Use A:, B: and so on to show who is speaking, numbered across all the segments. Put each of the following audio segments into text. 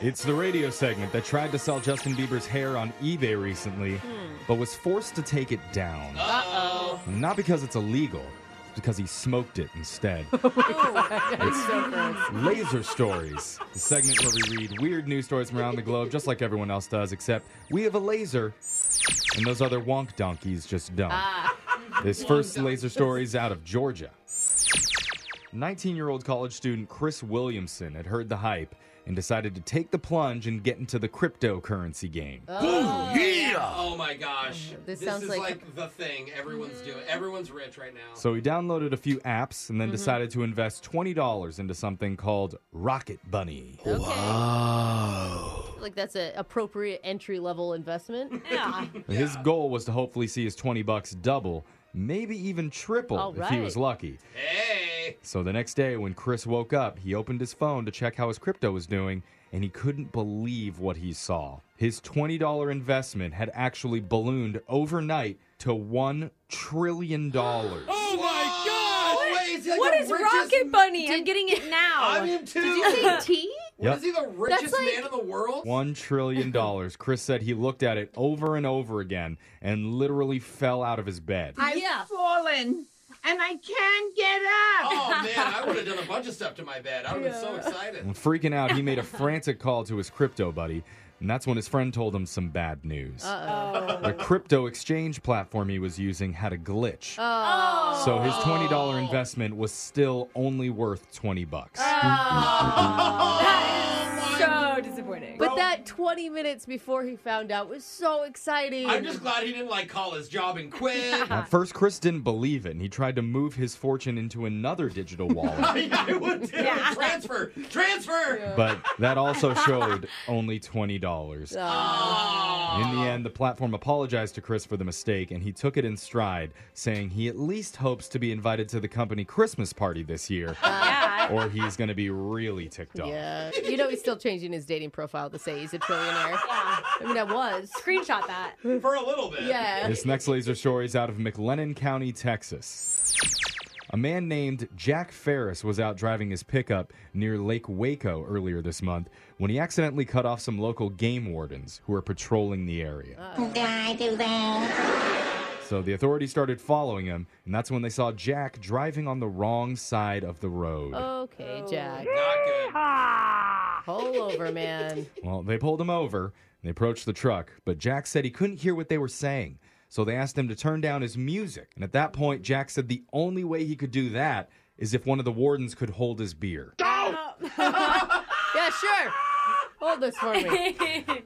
A: It's the radio segment that tried to sell Justin Bieber's hair on eBay recently, but was forced to take it down.
B: Uh oh.
A: Not because it's illegal, it's because he smoked it instead.
B: It's so gross.
A: Laser Stories, the segment where we read weird news stories from around the globe, just like everyone else does, except we have a laser, and those other wonk donkeys just don't.
B: Ah.
A: this first laser story is out of Georgia. 19 year old college student Chris Williamson had heard the hype and decided to take the plunge and get into the cryptocurrency game.
B: Uh.
C: Oh my gosh.
B: This sounds
C: is
B: like- Mm.
C: like, the thing everyone's doing. Everyone's rich right now.
A: So he downloaded a few apps
B: Mm-hmm.
A: and then decided to invest $20 into something called Rocket Bunny.
B: Okay. Like that's an appropriate entry level investment.
D: Yeah.
A: His goal was to hopefully see his 20 bucks double, maybe even triple
B: All
A: if he
B: right.
A: was lucky.
C: Hey.
A: So the next day when Chris woke up, he opened his phone to check how his crypto was doing and he couldn't believe what he saw. His $20 investment had actually ballooned overnight to 1 trillion dollars.
C: Oh my god. Wait, is he like
D: What
C: the
D: is
C: richest-
D: Rocket Bunny? I'm getting it now.
C: I am too.
B: Oh. Did you say tea?
C: What, is he the richest
B: like-
C: man in the world?
A: One trillion dollars. Chris said he looked at it over and over again and literally fell out of his bed.
E: I've
B: Yeah.
E: fallen and I can't get up.
C: Oh man, I would have done a bunch of stuff to my bed. I would have been so excited.
A: And freaking out, he made a frantic call to his crypto buddy, and that's when his friend told him some bad news. The crypto exchange platform he was using had a glitch.
D: Oh.
A: So his $20 investment was still only worth 20 bucks.
D: so disappointing.
B: But that 20 minutes before he found out was so exciting.
C: I'm just glad he didn't like call his job and quit.
A: At first, Chris didn't believe it, and he tried to move his fortune into another digital wallet.
C: I would too. Transfer. Transfer.
A: But that also showed only $20.
B: uh,
C: Ah.
A: In the end, the platform apologized to Chris for the mistake and he took it in stride, saying he at least hopes to be invited to the company Christmas party this year
D: yeah.
A: or he's going to be really ticked off.
B: yeah. You know, he's still changing his dating profile to say he's a trillionaire. I mean, I was.
D: Screenshot that.
C: For a little bit.
B: Yeah.
A: This next laser story is out of McLennan County, Texas. A man named Jack Ferris was out driving his pickup near Lake Waco earlier this month when he accidentally cut off some local game wardens who were patrolling the area. So the authorities started following him, and that's when they saw Jack driving on the wrong side of the road.
B: Okay, Jack.
C: Not good.
B: Pull over, man.
A: Well, they pulled him over and they approached the truck, but Jack said he couldn't hear what they were saying. So they asked him to turn down his music. And at that point, Jack said the only way he could do that is if one of the wardens could hold his beer.
B: Yeah, sure. Hold this for me.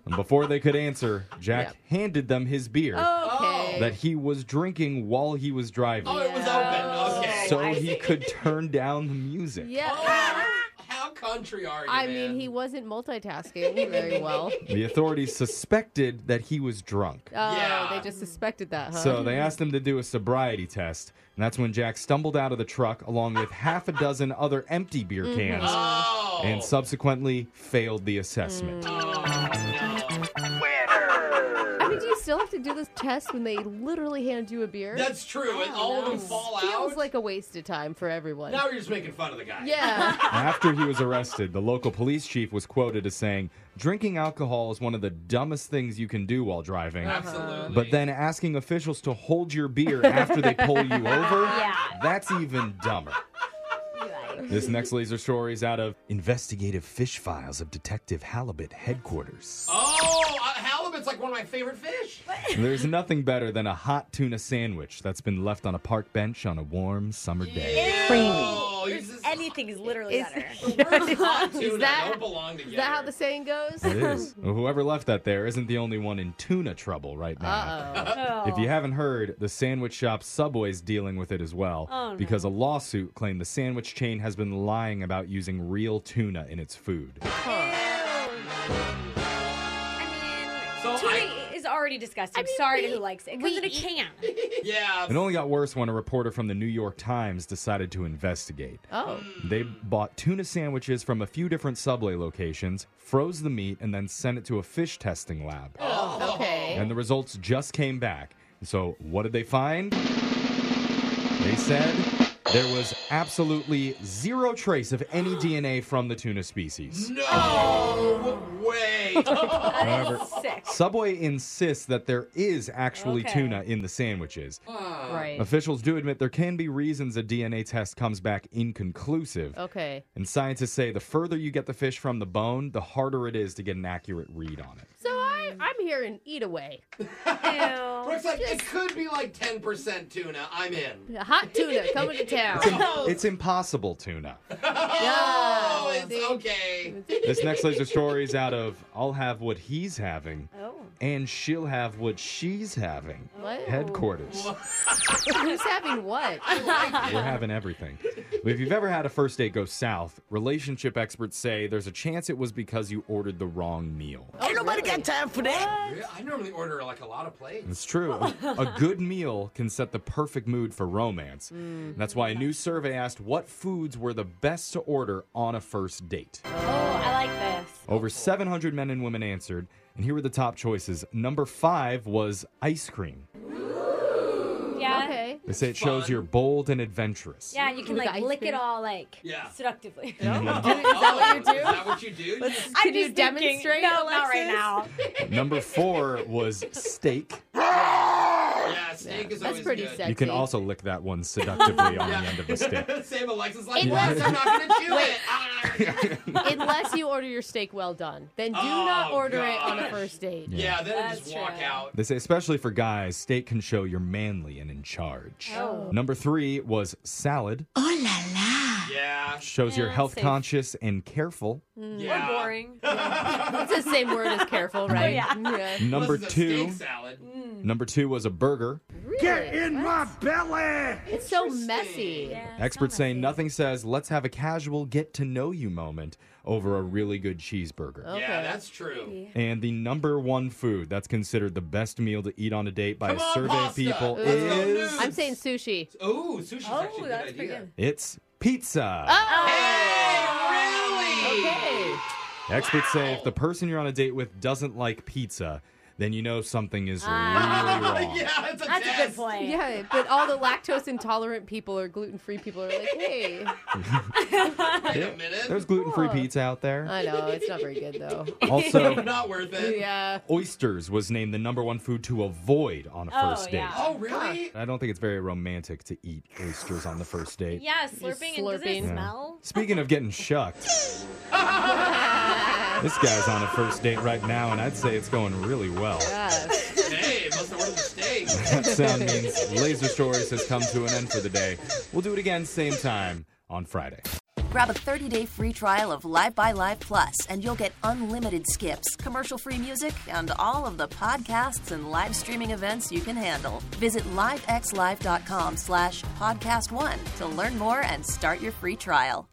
A: And before they could answer, Jack
B: Yep.
A: handed them his beer
B: Okay.
A: that he was drinking while he was driving.
C: Oh, it was open. Okay.
A: So he could turn down the music.
B: yeah.
C: Oh, How country are you?
B: I
C: man?
B: mean, he wasn't multitasking very well.
A: The authorities suspected that he was drunk.
B: Oh,
C: Yeah.
B: they just suspected that, huh?
A: So they asked him to do a sobriety test, and that's when Jack stumbled out of the truck along with half a dozen other empty beer cans
C: Oh.
A: and subsequently failed the assessment.
C: Mm.
B: I mean, do you still have to do this test when they literally hand you a beer?
C: That's true. And all of them fall
B: Feels
C: out.
B: like a waste of time for everyone.
C: now you're just making fun of the guy.
B: yeah.
A: After he was arrested, the local police chief was quoted as saying, Drinking alcohol is one of the dumbest things you can do while driving.
C: Absolutely.
A: But then asking officials to hold your beer after they pull you over,
D: Yeah.
A: that's even dumber. This next laser story is out of Investigative Fish Files of Detective Halibut Headquarters.
C: Oh, uh, halibut's like one of my favorite fish.
A: There's nothing better than a hot tuna sandwich that's been left on a park bench on a warm summer day.
C: Oh, he's just,
D: Anything is literally
B: Is-
D: better.
C: where's hot tuna?
B: that-
C: don't belong together.
B: Is that how the saying goes?
A: It is. Well, Whoever left that there isn't the only one in tuna trouble right now.
B: Uh-oh.
A: If you haven't heard, the sandwich shop Subway's dealing with it as well
D: Oh, no.
A: because a lawsuit claimed the sandwich chain has been lying about using real tuna in its food.
D: I
C: So
D: mean, tuna
C: I-
D: is already disgusting.
B: I mean,
D: Sorry to
B: we-
D: who likes it. It
B: we
D: comes in a
B: eat-
D: can.
C: Yeah.
A: It only got worse when a reporter from the New York Times decided to investigate.
B: Oh.
C: Mm.
A: They bought tuna sandwiches from a few different Subway locations, froze the meat, and then sent it to a fish testing lab.
C: Oh.
B: Okay.
A: And the results just came back. So, what did they find? They said There was absolutely zero trace of any DNA from the tuna species.
C: No way.
A: However,
D: Sick.
A: Subway insists that there is actually
D: Okay.
A: tuna in the sandwiches.
C: Oh,
B: Right.
A: Officials do admit there can be reasons a DNA test comes back inconclusive.
B: Okay.
A: And scientists say the further you get the fish from the bone, the harder it is to get an accurate read on it.
B: So I, I'm hearing eat away. Oh,
D: Ew.
C: Brooke's like, it could be like 10% tuna. I'm in.
B: Hot tuna coming to town.
C: Oh,
A: It's impossible tuna.
C: oh,
B: Yeah,
C: it's
B: see?
C: okay.
A: This next laser story is out of I'll have what he's having,
D: Oh.
A: and she'll have what she's having.
B: What?
A: Headquarters.
B: Who's having what?
A: We're having everything. But if you've ever had a first date go south, relationship experts say there's a chance it was because you ordered the wrong meal.
B: Ain't nobody got time.
C: Yeah, I normally order like a lot of plates.
A: It's true. a good meal can set the perfect mood for romance. And that's why a new survey asked what foods were the best to order on a first date.
D: Oh, I like this.
A: Over 700 men and women answered, and here were the top choices. Number five was ice cream.
D: Yeah.
B: Okay.
A: They say it shows
C: Fun.
A: you're bold and adventurous.
D: Yeah, you can
B: With
D: like
B: ice
D: lick
B: cream?
D: it all like
C: Yeah.
D: seductively.
C: Is that what you do? Is that what you do? You-
D: I'm
B: Could you
D: just thinking-
B: demonstrate,
D: No, not right
B: Alexis?
D: now.
A: Number four was steak.
C: yeah, steak is
B: That's
C: always
B: pretty
C: good.
B: sexy.
A: You can also lick that one seductively on the end of the stick.
C: Same Alexis like,
B: It
C: yes,
B: was-
C: I'm not going to do it. Ah.
B: Unless you order your steak well done, then do not
C: Oh,
B: order it on a
C: gosh.
B: first date.
C: yeah, then I
D: That's
C: just walk
D: true.
C: out.
A: They say, especially for guys, steak can show you're manly and in charge.
D: Oh.
A: Number three was salad.
C: Yeah.
A: Shows you're
D: Yeah,
A: health
D: safe.
A: conscious and careful.
C: yeah.
D: Or Mm. boring.
B: It's the same word as careful, right?
D: Oh, yeah.
C: Plus,
A: Number
C: it's a
A: two,
C: Steak salad.
A: number two was a burger.
B: Get in
F: my belly.
B: It's so
C: Interesting.
B: messy.
D: Yeah, it's
A: Experts
D: not
A: say
D: messy.
A: nothing says let's have a casual get to know you moment over a really good cheeseburger.
B: Okay.
C: Yeah, that's true.
A: And the number one food that's considered the best meal to eat on a date by
C: Come
A: a
C: on,
A: survey of
C: pasta.
A: people
C: Let's go
A: is
B: I'm saying sushi.
C: Oh, sushi's
D: Oh,
C: actually a good
D: that's
C: idea.
D: pretty good.
A: it's pizza.
D: Oh,
B: Oh,
C: Hey, really?
B: Okay.
A: Experts say if the person you're on a date with doesn't like pizza, then you know something is really wrong.
C: Ah. yeah, it's a
D: That's a
C: test.
D: good point.
B: Yeah, but all the lactose intolerant people or gluten free people are like, hey.
C: Wait a minute.
A: There's gluten-free pizza out there.
B: I know, it's not very good though.
A: Also,
C: Not worth it.
B: Yeah.
A: oysters was named the number one food to avoid on a
D: Oh,
A: first date.
D: yeah.
C: Oh, really?
A: I don't think it's very romantic to eat oysters on the first date.
D: Yeah, slurping, and does it
B: slurping.
D: smell?
A: Speaking of getting shucked, this guy's on a first date right now, and I'd say it's going really well.
B: Yes.
C: hey, must have ordered the steak.
A: That sound means Laser Stories has come to an end for the day. We'll do it again, same time on Friday.
G: Grab a 30-day free trial of Live by Live Plus, and you'll get unlimited skips, commercial-free music, and all of the podcasts and live streaming events you can handle. Visit livexlive.com slash podcast one to learn more and start your free trial.